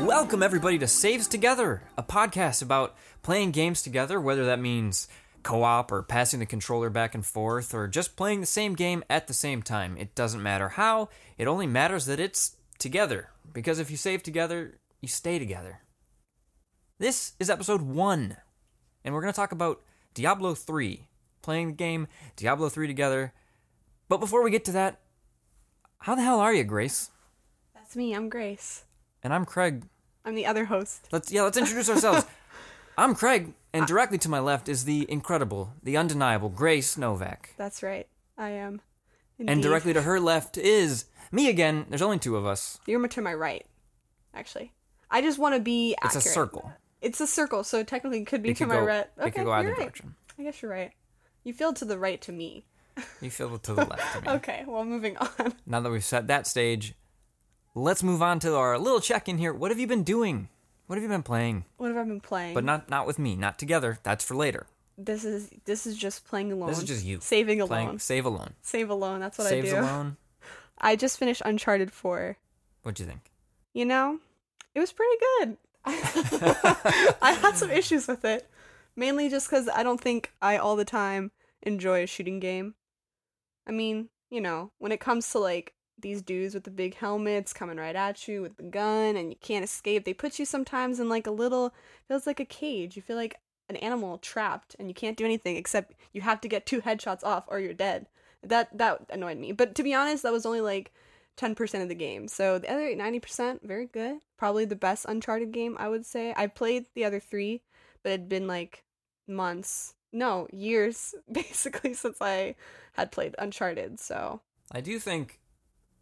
Welcome, everybody, to Saves Together, a podcast about playing games together, whether that means co op or passing the controller back and forth or just playing the same game at the same time. It doesn't matter how, it only matters that it's together. Because if you save together, you stay together. This is episode one, and we're going to talk about Diablo 3, playing the game Diablo 3 together. But before we get to that, how the hell are you, Grace? That's me. I'm Grace. And I'm Craig. I'm the other host. Let's yeah, let's introduce ourselves. I'm Craig, and directly to my left is the incredible, the undeniable Grace Novak. That's right. I am. And Indeed. directly to her left is me again. There's only two of us. You're to my right, actually. I just want to be It's accurate. a circle. It's a circle, so technically it could be It to could my go- right. it could go either you're right. direction. I guess you're right. You feel to the right to me. You feel to the left of me. Okay, well, moving on. Now that we've set that stage, let's move on to our little check in here. What have you been doing? What have you been playing? What have I been playing? But not not with me, not together. That's for later. this is this is just playing alone. This is just you. saving alone. Playing save alone. Save alone. That's what Saves I do. alone. I just finished Uncharted Four. What'd you think? you know, it was pretty good. I had some issues with it, mainly just because I don't think I all the time enjoy a shooting game. I mean, you know, when it comes to like these dudes with the big helmets coming right at you with the gun and you can't escape, they put you sometimes in like a little, feels like a cage. You feel like an animal trapped and you can't do anything except you have to get two headshots off or you're dead. That that annoyed me. But to be honest, that was only like ten percent of the game. So the other ninety percent, very good. Probably the best Uncharted game I would say. I played the other three, but it'd been like months, no years, basically since I had played Uncharted. So I do think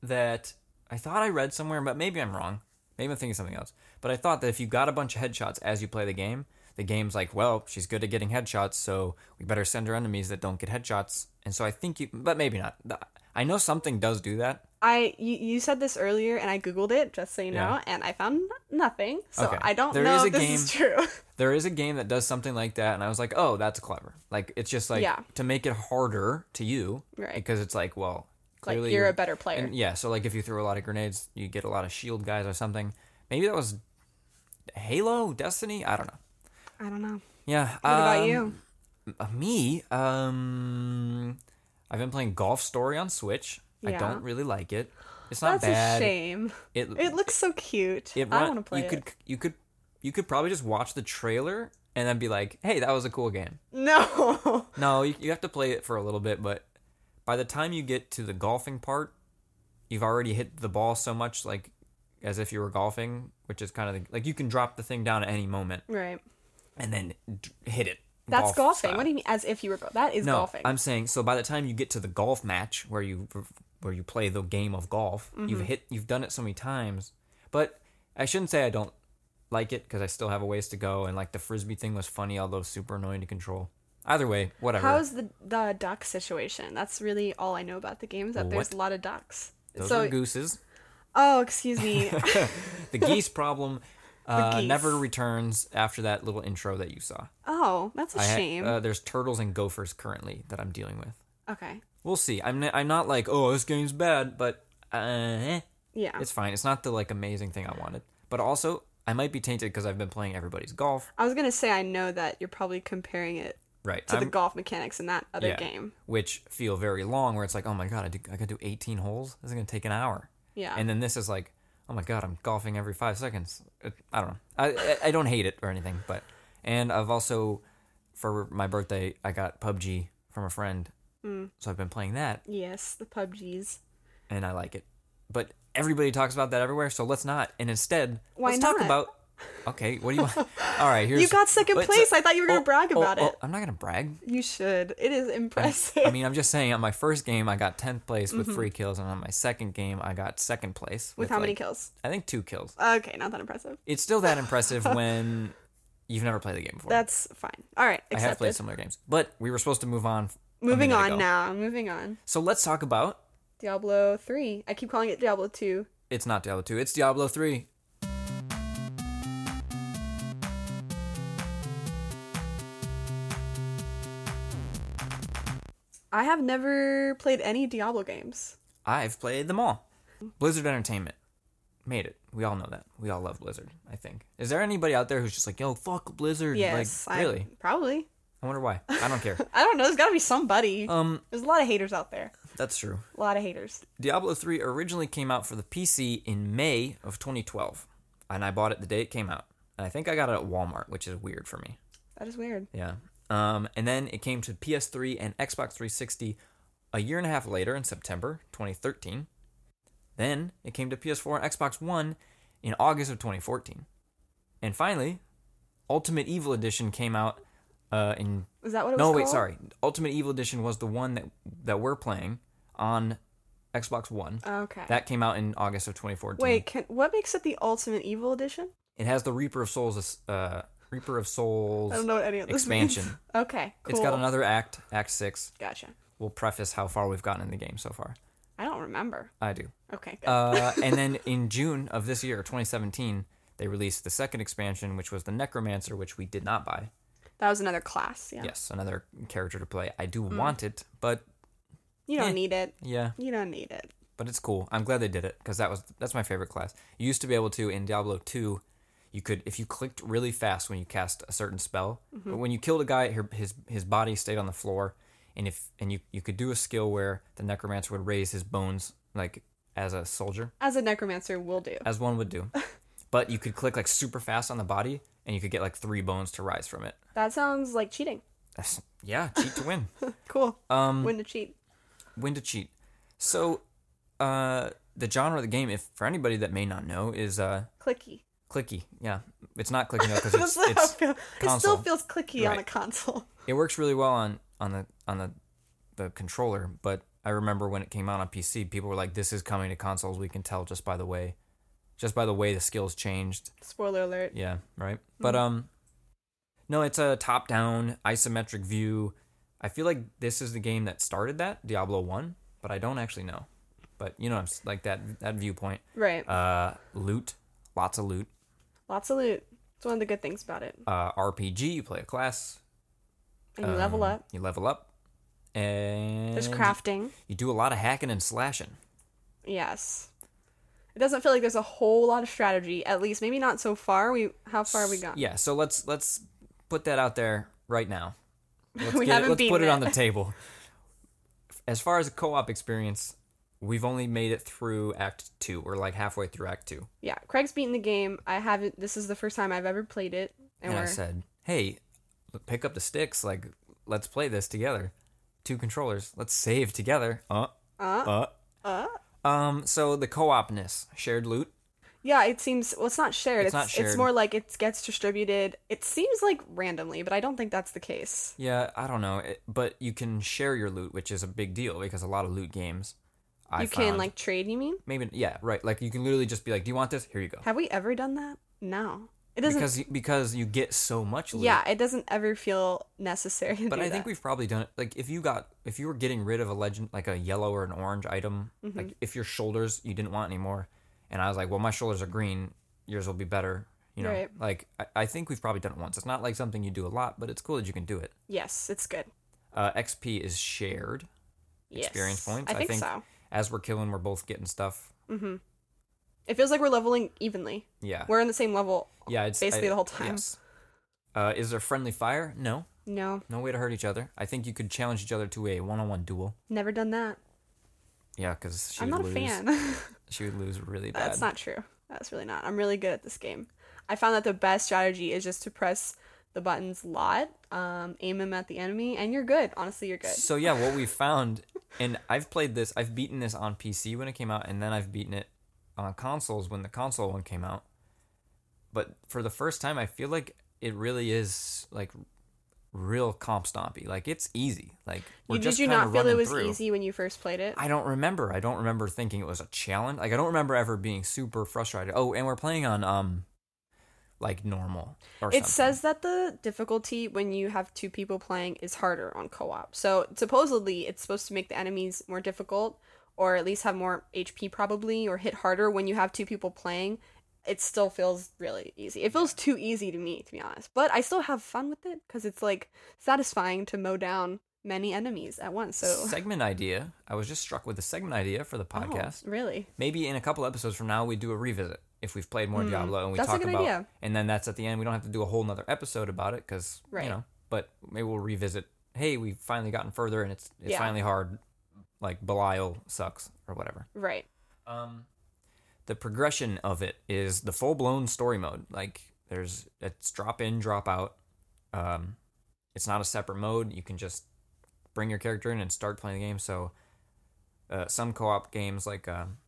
that I thought I read somewhere, but maybe I'm wrong. Maybe I'm thinking something else. But I thought that if you got a bunch of headshots as you play the game, the game's like, well, she's good at getting headshots, so we better send her enemies that don't get headshots. And so I think you, but maybe not. Th- I know something does do that. I you, you said this earlier, and I googled it just so you know, Yeah. and I found nothing. So Okay. I don't There know is if a this is true. There is a game that does something like that, and I was like, oh, that's clever. Like it's just like Yeah. to make it harder to you, Right. Because it's like, well, like clearly you're, you're- a better player. And yeah, so like if you threw a lot of grenades, you get a lot of shield guys or something. Maybe that was Halo, Destiny. I don't know. I don't know. Yeah. um, What about you? uh, Me. Um, I've been playing Golf Story on Switch. I Yeah. don't really like it. It's not That's bad. a shame. It It looks so cute. it I run- want to play You it. could you could you could probably just watch the trailer and then be like, hey, that was a cool game. No. No, you, you have to play it for a little bit, but by the time you get to the golfing part, you've already hit the ball so much, like as if you were golfing, which is kind of the, like you can drop the thing down at any moment Right. and then d- hit it. That's golf golfing. style. What do you mean? As if you were go- that is no, golfing. I'm saying so. By the time you get to the golf match where you where you play the game of golf, Mm-hmm. you've hit, you've done it so many times. But I shouldn't say I don't like it because I still have a ways to go. And like the frisbee thing was funny, although super annoying to control. Either way, whatever. How's the the duck situation? That's really all I know about the game. Is that there's What? a lot of ducks. Those so are gooses. oh, excuse me. The geese problem uh, geese. never returns after that little intro that you saw. oh, that's a I ha- shame. uh, there's turtles and gophers currently that I'm dealing with. okay. We'll see. I'm n- I'm not like oh this game's bad, but uh, eh, Yeah. it's fine. It's not the like amazing thing I wanted, but also I might be tainted because I've been playing everybody's golf. I was gonna say I know that you're probably comparing it Right. to the I'm- golf mechanics in that other yeah, game. which feel very long. Where it's like oh my god, I do, I gotta do 18 holes. This is gonna take an hour. Yeah. And then this is like oh my god, I'm golfing every five seconds. It, I don't know. I, I I don't hate it or anything, but and I've also for my birthday I got PUBG from a friend, Mm. so I've been playing that. yes, the PUBGs. and I like it. But everybody talks about that everywhere, so let's not. And instead, Why let's talk not? about. Okay, what do you want? All right, here's. You got second let's- place. I thought you were gonna brag oh, about oh, it. I'm not gonna brag. You should. It is impressive. I mean, I'm just saying. On my first game, I got 10th place with three kills, and on my second game, I got second place Mm-hmm. with how many like, kills? I think two kills. Okay, not that impressive. It's still that impressive when you've never played the game before. That's fine. All right, I have accepted. played similar games, but we were supposed to move on. f- a Moving minute on ago. now. Moving on. So let's talk about. Diablo 3. I keep calling it Diablo 2. It's not Diablo 2. It's Diablo 3. I have never played any Diablo games. I've played them all. Blizzard Entertainment. made it. We all know that. We all love Blizzard, I think. Is there anybody out there who's just like, yo, fuck Blizzard? Yes, like, I- really? probably. I wonder why. I don't care. I don't know. There's got to be somebody. um, There's a lot of haters out there. that's true. A lot of haters. Diablo 3 originally came out for the PC in May of 2012, and I bought it the day it came out. And I think I got it at Walmart, which is weird for me. That is weird. Yeah. Um, and then it came to PS3 and Xbox 360 a year and a half later in September 2013. Then it came to PS4 and Xbox One in August of 2014. And finally, Ultimate Evil Edition came out uh, in Is that what it was no, wait, called? sorry. Ultimate Evil Edition was the one that that we're playing on Xbox One. Okay. That came out in August of 2014. Wait, can, what makes it the Ultimate Evil Edition? it has the Reaper of Souls, uh, Reaper of Souls I don't know what any of this expansion. means. Okay, Oh, cool. It's got another act, Act Six. Gotcha. We'll preface how far we've gotten in the game so far. I don't remember. I do. Okay, good. Uh, and then in June of this year, 2017, they released the second expansion, which was the Necromancer, which we did not buy. that was another class. Yeah. Yes, another character to play. I do want it, but You don't Eh. need it. yeah, You don't need it. but it's cool. I'm glad they did it because that was that's my favorite class. You used to be able to in Diablo 2, you could if you clicked really fast when you cast a certain spell, but when you killed a guy, her- his his body stayed on the floor, and if and you you could do a skill where the necromancer would raise his bones like as a soldier, As a necromancer will do. as one would do, but you could click like super fast on the body, and you could get like three bones to rise from it. That sounds like cheating. That's, yeah, cheat to win. Cool. Um, When to cheat. when to cheat. So, uh, the genre of the game, if for anybody that may not know, is uh, Clicky. clicky. Yeah, it's not clicky because it's, That's how it's it, feels. it still console. feels clicky on Right. a console. it works really well on on the on the the controller. But I remember when it came out on PC, people were like, "This is coming to consoles. We can tell just by the way, just by the way the skills changed." Spoiler alert. Yeah, right. Hmm. But um, no, it's a top-down isometric view. I feel like this is the game that started that Diablo One, but I don't actually know. But you know, I'm s- like that that viewpoint. Right. Uh, loot, lots of loot. Lots of loot. It's one of the good things about it. Uh, RPG. You play a class. And you level um, up. You level up. And There's crafting. You do a lot of hacking and slashing. Yes. It doesn't feel like there's a whole lot of strategy. At least, maybe not so far. We how far we got? Yeah. So let's let's put that out there right now. Let's We get haven't it, let's put beaten it on it. the table. As far as a co-op experience, we've only made it through Act Two. We're like halfway through Act Two, Yeah, Craig's beaten the game. I haven't. This is the first time I've ever played it, and, and I we're said, "Hey, l- pick up the sticks. Like, let's play this together. Two controllers. Let's save together." Uh. Uh. Uh. Um. So the co-opness, shared loot. yeah. It seems well. It's not shared. It's It's not shared. It's more like it gets distributed. It seems like randomly, but I don't think that's the case. Yeah, I don't know, it, but you can share your loot, which is a big deal because a lot of loot games. I you found- can like trade. You mean? maybe yeah right like you can literally just be like do you want this here you go Have we ever done that? No. It doesn't. because because you get so much loot yeah, it doesn't ever feel necessary. To but do i think that. we've probably done it like if you got if you were getting rid of a legend like a yellow or an orange item Mm-hmm. like if your shoulders you didn't want anymore and i was like well my shoulders are green yours will be better you know Right. like I, I think we've probably done it once it's not like something you do a lot but it's cool that you can do it Yes, it's good. uh, xp is shared Yes. experience points I think, so. Mm-hmm. as we're killing we're both getting stuff It feels like we're leveling evenly. yeah We're in the same level. yeah it's basically the whole time. yes. uh, is there friendly fire no No, No way to hurt each other. I think you could challenge each other to a one-on-one duel. never done that. Yeah, because she I'm would not a lose. fan. She would lose really bad. That's not true. That's really not. I'm really good at this game. I found that the best strategy is just to press the buttons a lot, um, aim them at the enemy, and you're good. Honestly, you're good. So yeah, what we found, and I've played this. I've beaten this on PC when it came out, and then I've beaten it on consoles when the console one came out. But for the first time, I feel like it really is like real comp stompy. Like it's easy. Like we're You, did just you kinda not feel it running was through. easy when you first played it? I don't remember. I don't remember thinking it was a challenge. Like I don't remember ever being super frustrated. Oh, and we're playing on um like normal or It something. says that the difficulty when you have two people playing is harder on co op. So supposedly it's supposed to make the enemies more difficult or at least have more HP probably or hit harder when you have two people playing. It still feels really easy. It feels too easy to me, to be honest. But I still have fun with it because it's like satisfying to mow down many enemies at once. So segment idea. I was just struck with the segment idea for the Oh, podcast. really? Maybe in a couple episodes from now we do a revisit. if we've played more Hmm. Diablo and we That's a talk good about idea. and then that's at the end. We don't have to do a whole nother episode about it because Right. you know. But maybe we'll revisit. Hey, we've finally gotten further, and it's it's Yeah. finally hard. Like Belial sucks or whatever. Right. Um, the progression of it is the full blown story mode. Like there's it's drop in, drop out. Um, it's not a separate mode. You can just bring your character in and start playing the game. So uh, some co op games like um,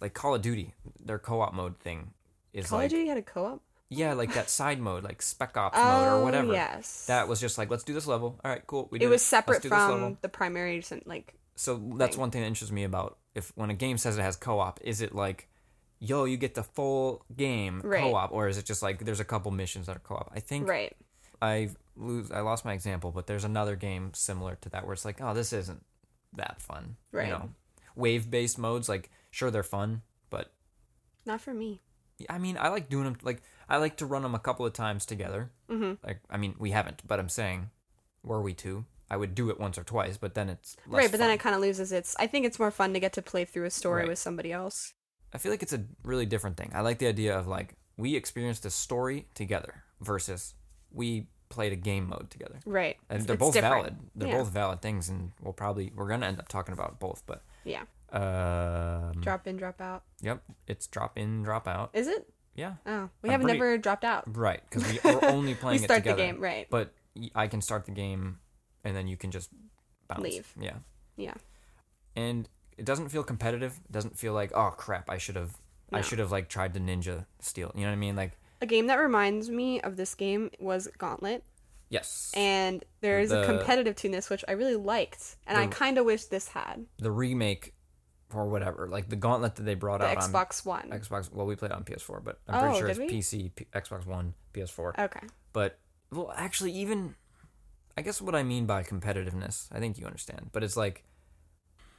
like Call of Duty, their co op mode thing is Call like of Duty had a co-op. yeah, like that side mode, like Spec Ops mode Oh or whatever. yes. That was just like let's do this level. All right, cool. We did it was Let's separate do this level from the primary sen- like so that's thing. one thing that interests me about if when a game says it has co-op is it like yo you get the full game Right. co-op or is it just like there's a couple missions that are co-op i think right. i lose i lost my example but there's another game similar to that where it's like oh this isn't that fun Right. you know wave based modes like sure they're fun but Not for me. i mean i like doing them like i like to run them a couple of times together hmm like i mean we haven't but i'm saying were we to i would do it once or twice but then it's less Right, but then fun. it kind of loses its. I think it's more fun to get to play through a story Right. with somebody else. I feel like it's a really different thing. I like the idea of like we experienced a story together versus we played a game mode together. Right. And It's- they're it's both different. valid. They're Yeah. both valid things, and we'll probably we're gonna end up talking about both. But Yeah. um, Drop in, drop out. Yep, it's drop in, drop out. Is it? Yeah, Oh, we I'm have pretty- never dropped out. right. Because we, we're only playing we start it together. the game right. But y- I can start the game, and then you can just bounce. Leave. Yeah. Yeah. and it doesn't feel competitive. It doesn't feel like oh crap, I should have, I No. should have like tried to ninja steal. You know what I mean? Like A game that reminds me of this game was Gauntlet, yes, and there is The- a competitive to this which I really liked, and I The- kind of wish this had the remake or whatever, like the gauntlet that they brought the out Xbox One. on Xbox. Well, we played it on PS4, but I'm pretty Oh, sure it's did we? PC, P- Xbox One, PS4. okay. but well, actually, even I guess what I mean by competitiveness, I think you understand. But it's like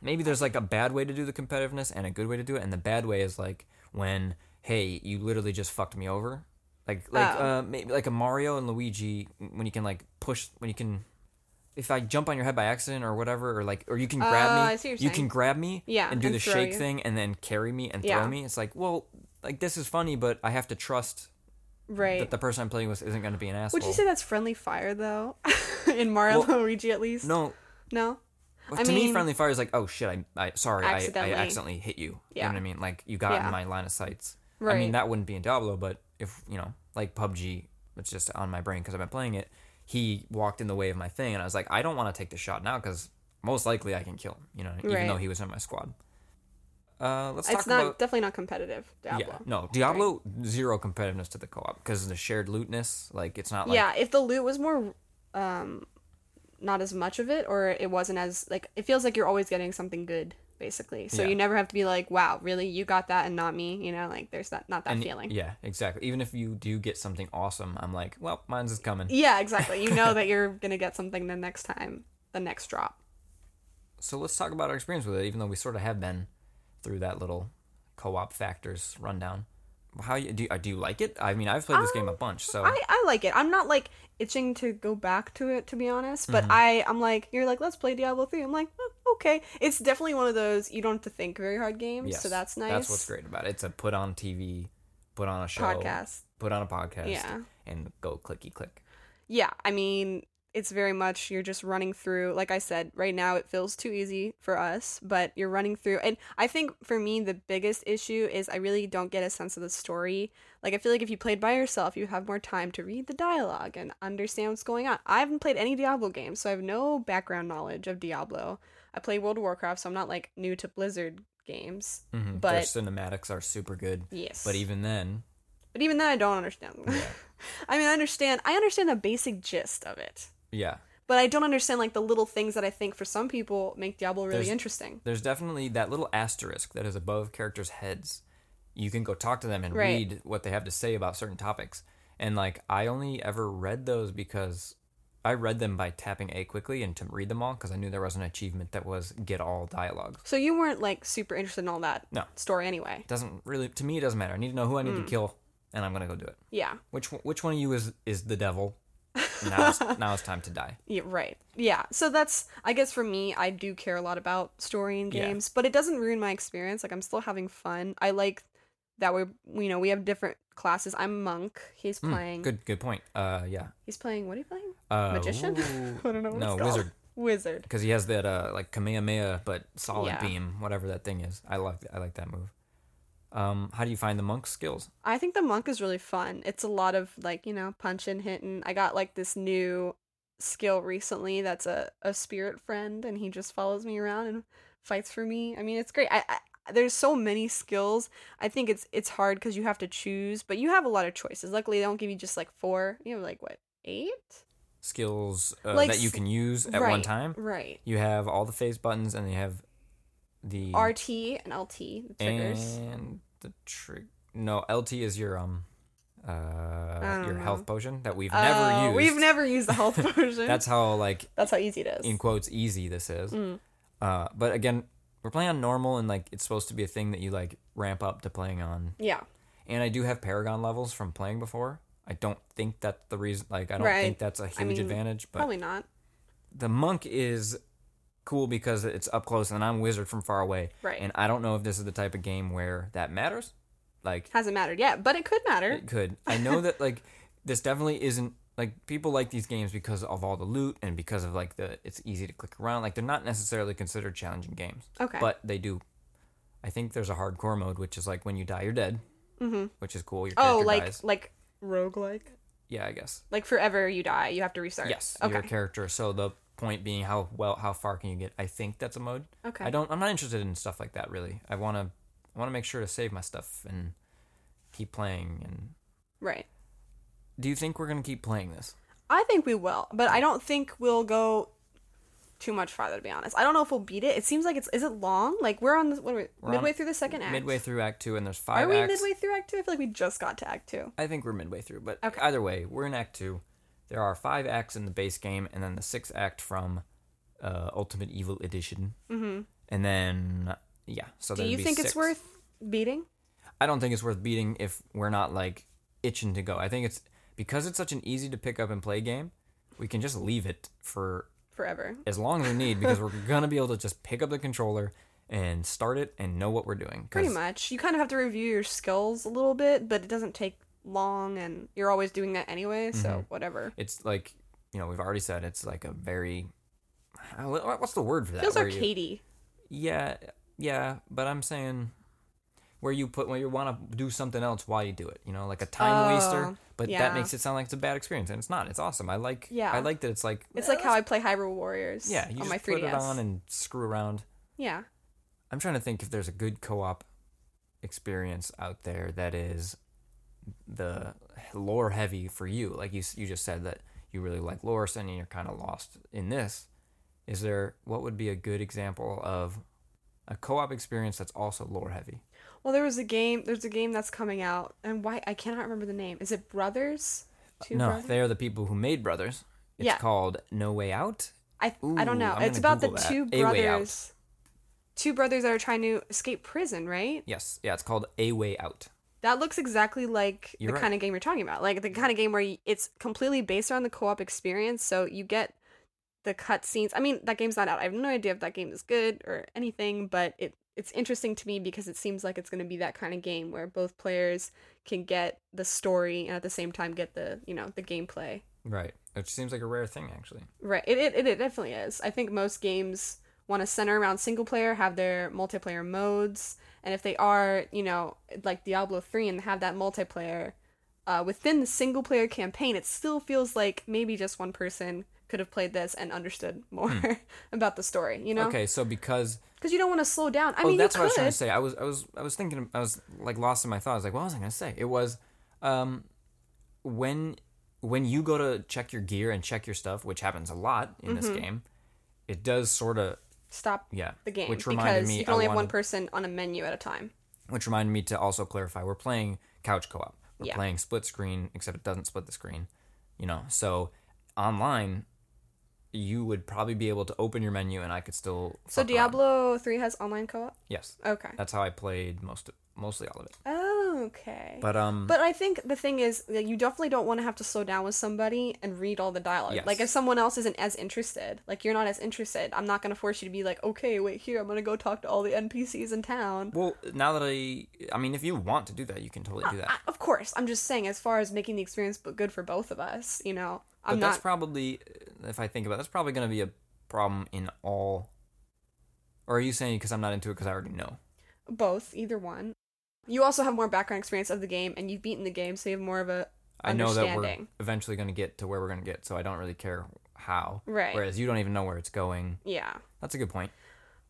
maybe there's like a bad way to do the competitiveness and a good way to do it, and the bad way is like when hey, you literally just fucked me over. Like like Oh. uh, maybe like a Mario and Luigi when you can like push when you can. If I jump on your head by accident or whatever, or like, or you can grab Oh, me, I see what you you're can saying. grab me, Yeah, and do and the throw shake you. thing, and then carry me and Yeah. throw me. It's like, well, like this is funny, but I have to trust Right. that the person I'm playing with isn't going to be an asshole. Would you say that's friendly fire though? in Mario Well- Luigi at least. No, No. well, I to me, mean- friendly fire is like, oh shit, I, I sorry, I, I Accidentally. accidentally hit you. You Yeah. know what I mean? Like you got Yeah. in my line of sights. I mean, Right. that wouldn't be in Diablo, but if you know, like PUBG, it's just on my brain because I've been playing it. He walked in the way of my thing, and I was like, I don't want to take the shot now because most likely I can kill him. You know, even Right. though he was in my squad. Uh, let's It's talk not about definitely not competitive. Diablo. yeah, no Diablo zero competitiveness to the co-op because the shared lootness. Like it's not like yeah, if the loot was more um not as much of it or it wasn't as like it feels like you're always getting something good basically. So Yeah. you never have to be like, wow, really you got that and not me, you know, like there's that not that and- feeling. Yeah. Yeah, exactly. Even if you do get something awesome, I'm like, well, mine's is coming. exactly. You know that you're going to get something the next time, the next drop. so let's talk about our experience with it, even though we sort of have been through that little co-op factors rundown. How you, do you, uh, do you like it? I mean, I've played this game a bunch, so Um, I, I like it. I'm not like itching to go back to it to be honest, but Mm-hmm. I I'm like you're like let's play Diablo 3. I'm like "Oh, okay. It's definitely one of those you don't have to think very hard games, yes, so that's nice. That's what's great about it. It's a put on TV, put on a show, Podcast. put on a podcast, Yeah. and go clicky click. Yeah, I mean, it's very much you're just running through. Like I said, right now it feels too easy for us, but you're running through. And I think for me, the biggest issue is I really don't get a sense of the story. Like, I feel like if you played by yourself, you have more time to read the dialogue and understand what's going on. I haven't played any Diablo games, so I have no background knowledge of Diablo. I play World of Warcraft, so I'm not like new to Blizzard games. Mhm. Their But- cinematics are super good, Yes. but even then, but even then, I don't understand. I mean, I understand. I understand the basic gist of it. yeah, but I don't understand like the little things that I think for some people make Diablo really There's- interesting. there's definitely that little asterisk that is above characters' heads. You can go talk to them and Right. read what they have to say about certain topics. And like I only ever read those because I read them by tapping A quickly and to read them all because I knew there was an achievement that was get all dialogues. So you weren't like super interested in all that No. story anyway. It doesn't really to me it doesn't matter. I need to know who I Hmm. need to kill and I'm gonna go do it. Yeah. Which one- which one of you is is the devil? Now it's, now it's time to die. Yeah, right. Yeah. So that's I guess for me, I do care a lot about story in Yeah. games, but it doesn't ruin my experience. Like I'm still having fun. I like that we're you know we have different classes. I'm monk. He's Hmm, playing. Good good point. Uh yeah. He's playing. What are you playing? Uh, Magician? ooh, I don't know. What no, it's called. wizard. Wizard. Because he has that uh like Kamehameha but solid Yeah. beam, whatever that thing is. I like I like that move. Um, how do you find the monk skills? I think the monk is really fun. It's a lot of like, you know, punching, hitting. I got like this new skill recently that's a, a spirit friend and he just follows me around and fights for me. I mean, it's great. I, I there's so many skills. I think it's it's hard cuz you have to choose, but you have a lot of choices. Luckily, they don't give you just like four. You have like what? 8? Skills uh, Like that you s- can use at one right. time. Right. You have all the phase buttons and you have the RT and LT, the triggers. and the trick. No, LT is your um uh don't your health know. potion that we've never Oh, used. We've never used the health version. That's how like that's how easy it is. in quotes easy this is. Mm. Uh, but again, we're playing on normal, and like it's supposed to be a thing that you like ramp up to playing on. yeah. And I do have Paragon levels from playing before. I don't think that's the reason. Like I don't Right. think that's a huge mean, advantage. But Probably not. the monk is cool because it's up close, and I'm wizard from far away. Right. And I don't know if this is the type of game where that matters. Like Hasn't mattered yet, but it could matter. it could. I know that like this definitely isn't like people like these games because of all the loot and because of like the it's easy to click around. Like they're not necessarily considered challenging games, Okay. but they do. I think there's a hardcore mode which is like when you die, you're dead, mm-hmm. which is cool. Your character Oh, like dies. like roguelike. yeah, I guess Like forever you die, you have to restart. yes, Okay. your character. So the point being how well how far can you get? I think that's a mode. okay. I don't. I'm not interested in stuff like that really. I want to. I want to make sure to save my stuff and keep playing. And Right. do you think we're gonna keep playing this? I think we will, but I don't think we'll go too much farther to be honest. I don't know if we'll beat it. It seems like it's is it long? Like we're on the what are we, We're on- midway through the second act. Midway through Act Two, and there's five. Are we acts. midway through act 2? I feel like we just got to act 2. I think we're midway through, but Okay. either way, we're in Act Two. There are five acts in the base game, and then the sixth act from uh, Ultimate Evil Edition, mm-hmm. and then yeah. So Do there'd you be think six. it's worth beating? I don't think it's worth beating if we're not like itching to go. I think it's because it's such an easy to pick up and play game. We can just leave it for Forever. as long as we need because we're gonna be able to just pick up the controller and start it and know what we're doing. 'Cause Pretty much. You kind of have to review your skills a little bit, but it doesn't take long and you're always doing that anyway, Mm-hmm. so whatever. It's like you know we've already said it's like a very how- what- what's the word for that? Feels where you- arcadey. yeah, yeah, but I'm saying where you put when you want to do something else while you do it, you know, like a time waster. Oh, But that yeah. makes it sound like it's a bad experience, and it's not. It's awesome. I like. Yeah. I like that it's like It's like how I play Hyrule Warriors yeah. You on just my 3DS. put it on and screw around. yeah. I'm trying to think if there's a good co-op experience out there that is the lore heavy for you. Like you s- you just said that you really like lore and you're kind of lost in this. Is there what would be a good example of a co-op experience that's also lore heavy? Well, there was a game. There's a game that's coming out, and why I cannot remember the name. Is it Brothers? Two no, Brothers? they are the people who made Brothers. It's Yeah. called No Way Out. I I don't Ooh, know. I'm it's gonna about the Google that. two A Way Out. brothers. Two brothers that are trying to escape prison, right? Yes, yeah, it's called A Way Out. That looks exactly like You're the right. Mm-hmm. kind of game you're talking about. Like the kind of game where y it's completely based around the co-op experience, so you get the cutscenes. I mean, that game's not out. I have no idea if that game is good or anything, but it it's interesting to me because it seems like it's going to be that kind of game where both players can get the story and at the same time get the, you know, the gameplay. Right, which seems like a rare thing actually. Right. It it, it definitely is. I think most games want to center around single player, have their multiplayer modes, and if they are, you know, like Diablo 3 and have that multiplayer uh, within the single player campaign, it still feels like maybe just one person could have played this and understood more about the story, you know? Hmm. Okay, so because Because you don't want to slow down. I oh, mean, that's you what I was could. trying to say. I was, I was, I was thinking. I was like lost in my thoughts. Like, what was I going to say? It was, um, when when you go to check your gear and check your stuff, which happens a lot in this game, it does sort of Stop yeah. Mm-hmm. the game which reminded because me you can only I have one wanted, person on a menu at a time. which reminded me to also clarify. We're playing couch co-op. We're Yeah. playing split screen, except it doesn't split the screen. You know, so online, you would probably be able to open your menu, and I could still So fuck around. Diablo 3 has online co-op? Yes, Okay. that's how I played most of, mostly all of it. Oh, Okay. But um, But I think the thing is that you definitely don't want to have to slow down with somebody and read all the dialogue. Yes. Like if someone else isn't as interested, like you're not as interested, I'm not gonna force you to be like, okay, wait here, I'm gonna go talk to all the NPCs in town. well, now that I, I mean, if you want to do that, you can totally do that. I- of course, I'm just saying as far as making the experience but good for both of us, you know, but I'm that's not. probably, if I think about, it, that's probably going to be a problem in all. Or are you saying because I'm not into it because I already know? both either one you also have more background experience of the game and you've beaten the game so you have more of a I know that we're Understanding. eventually going to get to where we're going to get, so I don't really care how. Right. Whereas you don't even know where it's going. yeah That's a good point.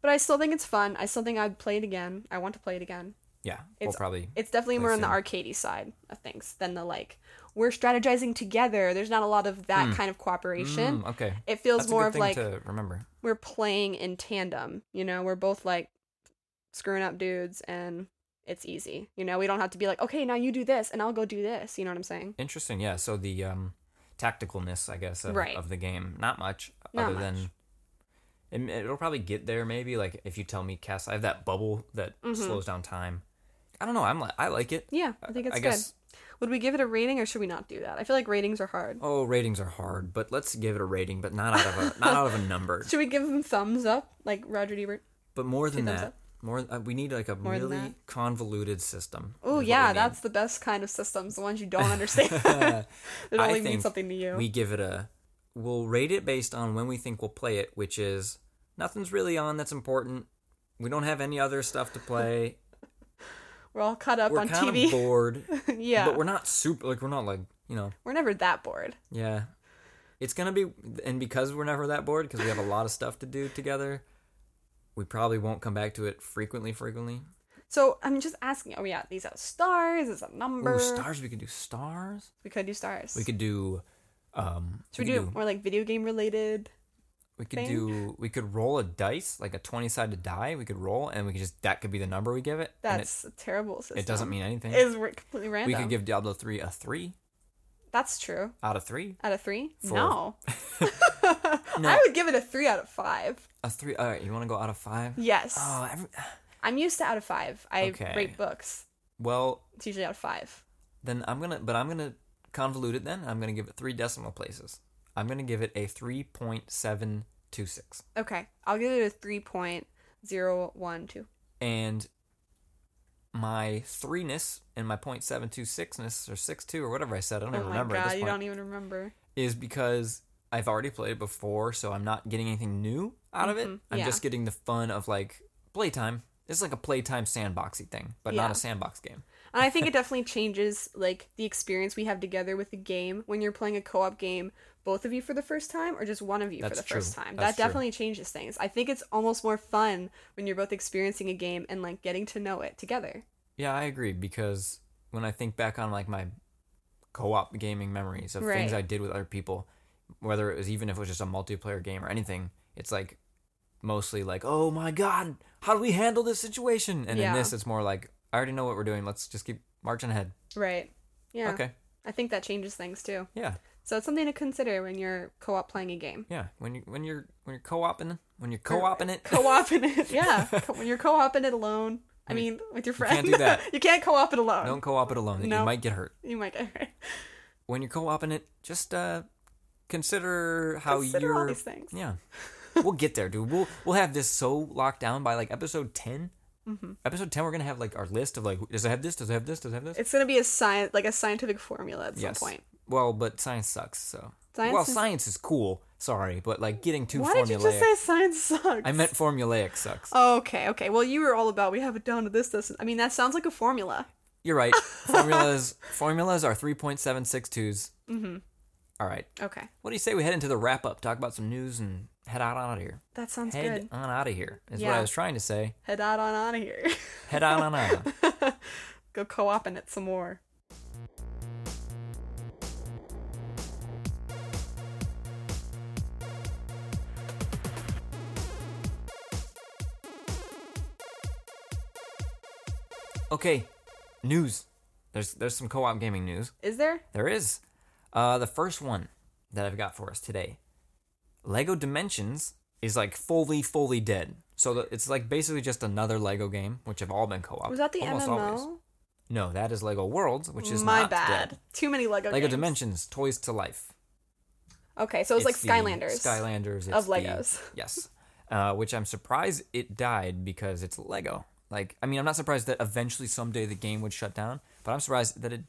but i still think it's fun i still think i'd play it again i want to play it again Yeah, we'll It's- probably. it's definitely Play more on the soon. arcadey side of things than the like we're strategizing together there's not a lot of that kind of cooperation Mm, okay. it feels Hmm. That's a more good of thing like to remember. we're playing in tandem you know we're both like screwing up dudes and it's easy you know we don't have to be like okay now you do this and i'll go do this you know what i'm saying Interesting. Yeah. So the um, tacticalness, I guess, of, Right. of the game, not much Not other than it, it'll probably get there. Maybe like if you tell me, Cass, I have that bubble that slows down time. I don't know. I'm li- I like it. yeah Mm-hmm. i think it's I good guess. Would we give it a rating or should we not do that? I feel like ratings are hard. Oh, ratings are hard, but let's give it a rating, but not out of a not out of a number. Should we give them thumbs up like Roger Ebert? But more than thumbs that, up. more uh, we need like a than really that. convoluted system. is Oh what we yeah, need. that's the best kind of systems, the ones you don't understand. that I only mean think something to you. we give it a we'll rate it based on when we think we'll play it which is nothing's really on that's important we don't have any other stuff to play We're all caught up we're on kind TV. of bored yeah. but we're, we're not super like we're not like you know never that bored. yeah it's gonna be and because we're never that bored because we have a lot of stuff to do together we probably won't come back to it frequently frequently So I'm just asking, oh yeah, these are stars, is a number. Ooh, stars we could do stars We could do stars. we could do um should we could do more like video game related? We could thing. do we could roll a dice, like a twenty sided die. We could roll, and we could just that could be the number we give it. and it, That's a terrible system. it doesn't mean anything. it's re- completely random. we could give Diablo three a three That's true. out of three. Out of three? Four. No. No. I would give it a three out of five. A three. All right, you want to go out of five? Yes. Oh, every, I'm used to out of five. I Okay. rate books. well It's usually out of five. then I'm gonna, but I'm gonna convolute it. Then I'm gonna give it three decimal places. I'm gonna give it a three point seven two six, Okay. I'll give it a three point zero one two. and my threeness and my point seven two sixness or six two or whatever I said. I don't Oh even my remember at god, this you point. don't even remember. is because I've already played it before, so I'm not getting anything new out of it. Mhm, I'm yeah. just getting the fun of like playtime. It's like a playtime sandboxy thing, but not Yeah. a sandbox game. And I think it definitely changes like the experience we have together with the game when you're playing a co-op game, both of you for the first time or just one of you That's for the true. first time. That's that true. definitely changes things. I think it's almost more fun when you're both experiencing a game and like getting to know it together. Yeah, I agree because when I think back on like my co-op gaming memories of things Right. I did with other people, whether it was even if it was just a multiplayer game or anything, it's like mostly like, "Oh my god, how do we handle this situation?" And in Yeah. this it's more like, "I already know what we're doing. Let's just keep marching ahead." Right. Yeah. Okay. I think that changes things too. Yeah. So it's something to consider when you're co-op playing a game. Yeah, when you when you're when you're co-oping when you're co-oping it, co-oping it. Yeah, Co- when you're co-oping it alone. I mean, with your friend. can't do that. you can't co-op it alone. don't co-op it alone. You No. might get hurt. You might get hurt. When you're co-oping it, just uh consider how Consider you're all these things. Yeah. we'll get there, dude. We'll we'll have this so locked down by like episode 10. Mm-hmm. Episode 10 we're going to have like our list of like does it have this? Does it have this? Does it have this? It's gonna be a science, like a scientific formula at some point. Well, but science sucks, so. Science well, is- science is cool. Sorry, but like getting too Why formulaic. did you just say science sucks? I meant formulaic sucks. Oh, okay, okay. Well, you were all about we have it down to this, this. and-" I mean, that sounds like a formula. You're right. Formulas formulas are 3.762s. Mhm. Mm-hmm. All right. Okay, What do you say we head into the wrap up, talk about some news, and head out out of here? that sounds head good. on out of here is what I Yeah. was trying to say. Head out on out of here. Head on on out. Go co-oping it some more. Okay, news. There's there's some co op gaming news. Is there? There is. Uh, the first one that I've got for us today, Lego Dimensions is like fully fully dead. So the, it's like basically just another Lego game, which have all been co op. Was that the almost MMO? Always. No, that is Lego Worlds, which is my not bad. dead. Too many Lego. Lego games. Dimensions, Toys to Life. Okay, so it's, the like Skylanders. Skylanders of it's the- Legos. yes, uh, which I'm surprised it died because it's Lego. Like, I mean, I'm not surprised that eventually someday the game would shut down, but I'm surprised that it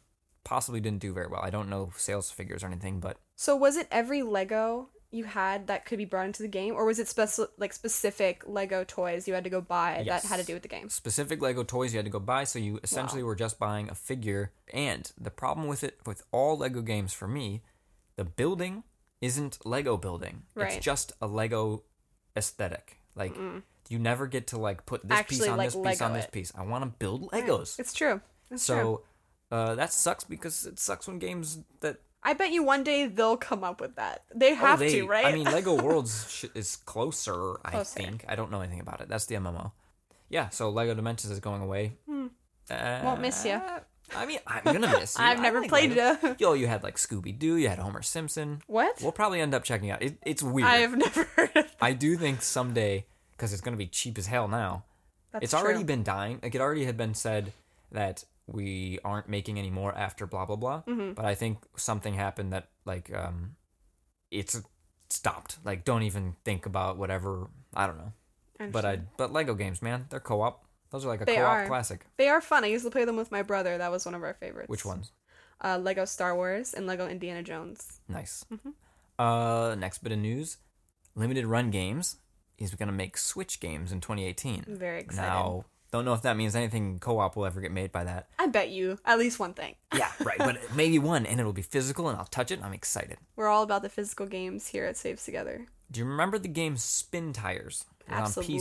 possibly didn't do very well. I don't know sales figures or anything, but So was it every Lego you had that could be brought into the game, or was it special like specific Lego toys you had to go buy Yes. that had to do with the game? specific Lego toys you had to go buy, so you essentially were just buying a figure. And the problem with it, with all Lego games for me, the building isn't Lego building. Right. It's just a Lego aesthetic. Like you never get to like put this piece Actually, on like, this piece on Lego this it. piece. I want to build Legos. It's true. It's true. so uh, that sucks because it sucks when games that I bet you one day they'll come up with that. They Oh, have they- to, right? I mean, Lego Worlds sh- is closer, I Closer. think. I don't know anything about it. That's the MMO. Yeah, so Lego Dimensions is going away. Hmm. Uh, Won't miss ya. I mean, I'm gonna miss you. I've I never like played Lego. it. Yo, you had like Scooby Doo. You had Homer Simpson. what? We'll probably end up checking out. It, it's weird. I have never heard of that. I do think someday, because it's gonna be cheap as hell now. That's it's already true. been dying. Like it already had been said that we aren't making any more after blah blah blah. Mm-hmm. But I think something happened that like um, it's stopped. Like don't even think about whatever. I don't know. But I but Lego games, man, they're co-op. Those are like a They co-op are. classic. They are fun. I used to play them with my brother. That was one of our favorites. Which ones? Uh, Lego Star Wars and Lego Indiana Jones. Nice. Mm-hmm. Uh, next bit of news: limited run games is going to make Switch games in 2018. I'm very excited. Now, don't know if that means anything co-op will ever get made by that. I bet you at least one thing. Yeah, right. But maybe one, and it'll be physical, and I'll touch it, and I'm excited. We're all about the physical games here at Saves Together. Do you remember the game Spin Tires It was Absolutely on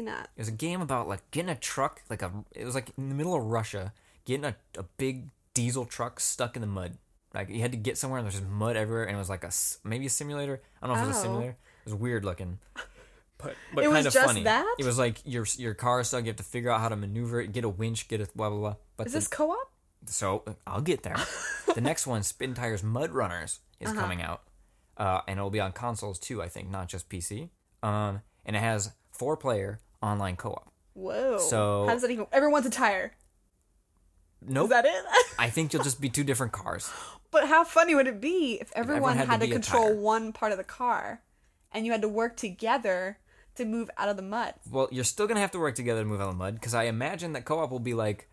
PC? not. It was a game about like getting a truck, like a it was like in the middle of Russia, getting a, a big diesel truck stuck in the mud. Like you had to get somewhere, and there's just mud everywhere, and it was like a s- maybe a simulator. I don't know if it was a Oh. simulator. It was weird looking. But, but It was kind of just funny. that? It was like your your car is stuck. You have to figure out how to maneuver it, get a winch, get a blah blah blah. But Is the- this co-op? so I'll get there. the next one, Spin Tires Mud Runners, is Uh-huh. coming out, uh, and it'll be on consoles too. I think not just PC. Um, and it has four player online co op. Whoa. So- how does that even? Everyone's a tire. Nope. Is that it? I think you'll just be two different cars. but how funny would it be if everyone, everyone had had, to to, be a control tire. one part of the car, and you had to work together to move out of the mud? Well, you're still gonna have to work together to move out of the mud because I imagine that co op will be like,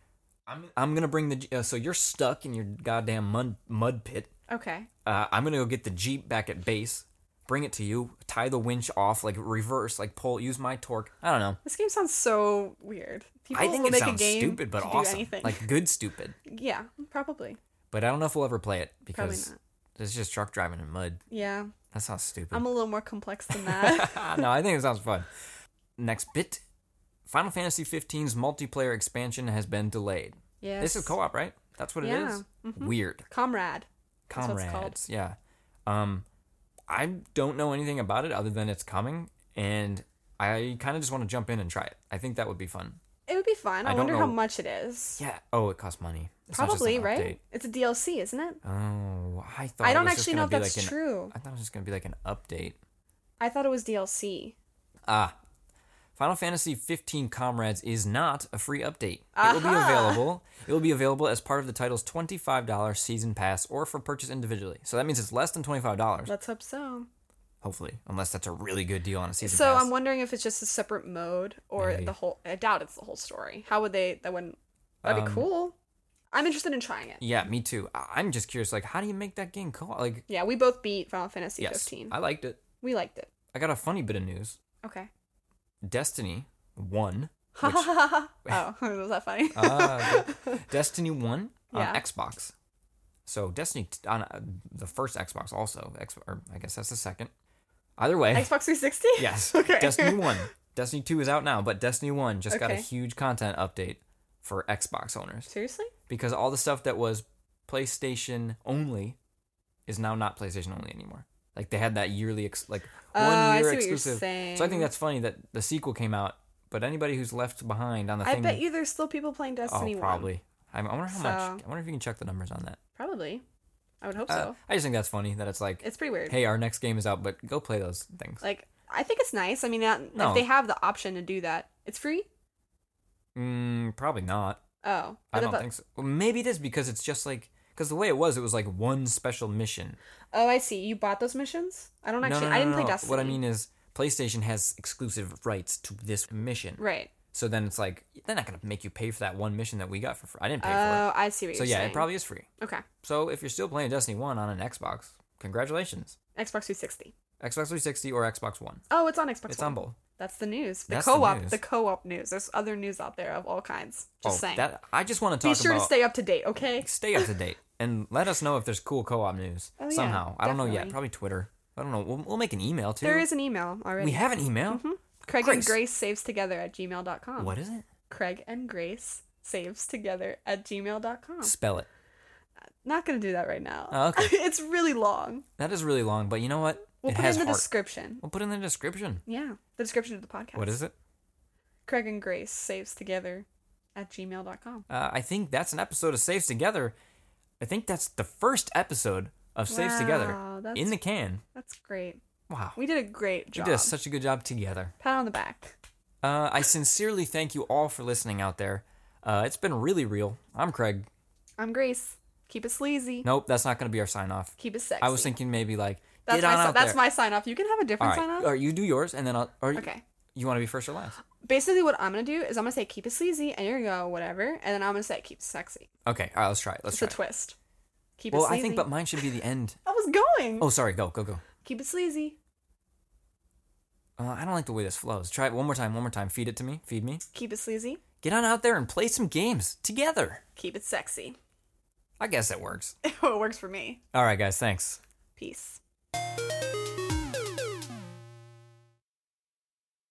I'm I'm gonna bring the J- uh, so you're stuck in your goddamn mud mud pit. Okay. uh, I'm gonna go get the jeep back at base, bring it to you, tie the winch off, like reverse, like pull, use my torque. I don't know. This game sounds so weird. People I think will it make sounds a game stupid, but to awesome. do anything. Like good stupid. yeah, probably. But I don't know if we'll ever play it because not. it's just truck driving in mud. Yeah, That sounds stupid. I'm a little more complex than that. no, I think it sounds fun. Next bit. Final Fantasy 15's multiplayer expansion has been delayed. yes. This is co-op, right? That's what it Yeah. is. Weird. Comrade. That's what it's called. comrades. Yeah. Um, I don't know anything about it other than it's coming, and I kind of just want to jump in and try it. I think that would be fun. It would be fun. I I, don't wonder how know- much it is. Yeah. Oh, it costs money. It's not just probably, an right? It's a DLC, isn't it? update. Oh, I thought. I don't it was just actually gonna know if be that's like an- true. I thought it was just gonna be like an update. I thought it was DLC. Ah. Final Fantasy 15 Comrades is not a free update. It will be Aha! available. It will be available as part of the title's $25 season pass or for purchase individually. So that means it's less than $25, Let's hope so. hopefully, unless that's a really good deal on a season So pass. I'm wondering if it's just a separate mode or Maybe. the whole. I doubt it's the whole story. How would they? That wouldn't. That'd be Um, cool. I'm interested in trying it. Yeah, me too. I- I'm just curious, like, how do you make that game co-op? Like, Yeah, we both beat Final Fantasy yes, 15. I liked it. We liked it. I got a funny bit of news. Okay. Destiny One, Ha ha ha ha. ha. Oh, was that funny? Ah, Destiny One on Yeah. Xbox. So Destiny t- on uh, the first Xbox, also X, or I guess that's the second. Either way, Xbox 360. yes. Okay. Destiny One, Destiny Two is out now, but Destiny One just got a Okay. huge content update for Xbox owners Seriously? because all the stuff that was PlayStation only is now not PlayStation only anymore. Like they had that yearly ex- like Oh, one I year see what you're exclusive. So I think saying. that's funny that the sequel came out, but anybody who's left behind on the I thing, bet you there's still people playing Destiny. oh, 1. probably. I I wonder how much. So- I wonder if you can check the numbers on that. Probably. I would hope Uh, so. I just think that's funny that it's like, It's pretty weird. hey, our next game is out, but go play those things. Like, I think it's nice. I mean, not, No. if they have the option to do that, it's free. Mm, probably not. Oh, I don't thought- think so. Well, maybe it is because it's just like because the way it was, it was like one special mission. Oh, I see. You bought those missions. I don't actually. I didn't play Destiny. What I mean is PlayStation has exclusive rights to this mission. right? So then it's like they're not gonna make you pay for that one mission that we got for free. I didn't Oh, pay I see for what it. So you're yeah, saying. it probably is free. okay. So if you're still playing Destiny One on an Xbox, congratulations. Xbox 360. Xbox 360 or Xbox One. Oh, it's on Xbox. it's One. on both. That's the news. The That's the co-op. The, news. Oh, co-op news. There's other news out there of all kinds. Just saying. that I just want to Be talk sure to about stay up to date. Okay. stay up to date and let us know if there's cool co-op news Oh, yeah, somehow. I don't know yet. definitely. Probably Twitter. I don't know. We'll, we'll make an email too. There is Mm-hmm. an email already. we have an email. Craig and Grace. Grace saves together at gmail.com. What is it? Craig and Grace saves together at gmail.com. Spell it. Not gonna do that right now. Oh, okay. it's really long. That is really long, but you know what? We'll it put it has in the heart. description. we'll put it in the description. Yeah, the description of the podcast. What is it? Craig and Grace saves together at gmail.com. Uh, I think that's an episode of Saves Together. I think that's the first episode of Saves Together Wow, that's- in the can. That's great. Wow, We did a great we job. did such a good job together. Pat on the back. Uh, I sincerely thank you all for listening out there. Uh, it's been really real. I'm Craig. I'm Grace. Keep it sleazy. Nope, that's not going to be our sign off. Keep it sexy. I was thinking maybe like that's get my on si- out that's there. my sign off. You can have a All different right, sign off. or you do yours and then I'll. Or Okay. You want to be first or last? Basically, what I'm gonna do is I'm gonna say keep it sleazy, and you're gonna go whatever, and then I'm gonna say keep it sexy. Okay. All right. Let's try it. Let's It's try. a twist. Keep it. Well, it sleazy. I think, but mine should be the end. I was going. Oh, sorry. Go, go, go. Keep it sleazy. Uh, I don't like the way this flows. Try it one more time. One more time. Feed it to me. Feed me. Keep it sleazy. Get on out there and play some games together. Keep it sexy. I guess that works. it works for me. All right, guys. Thanks. Peace.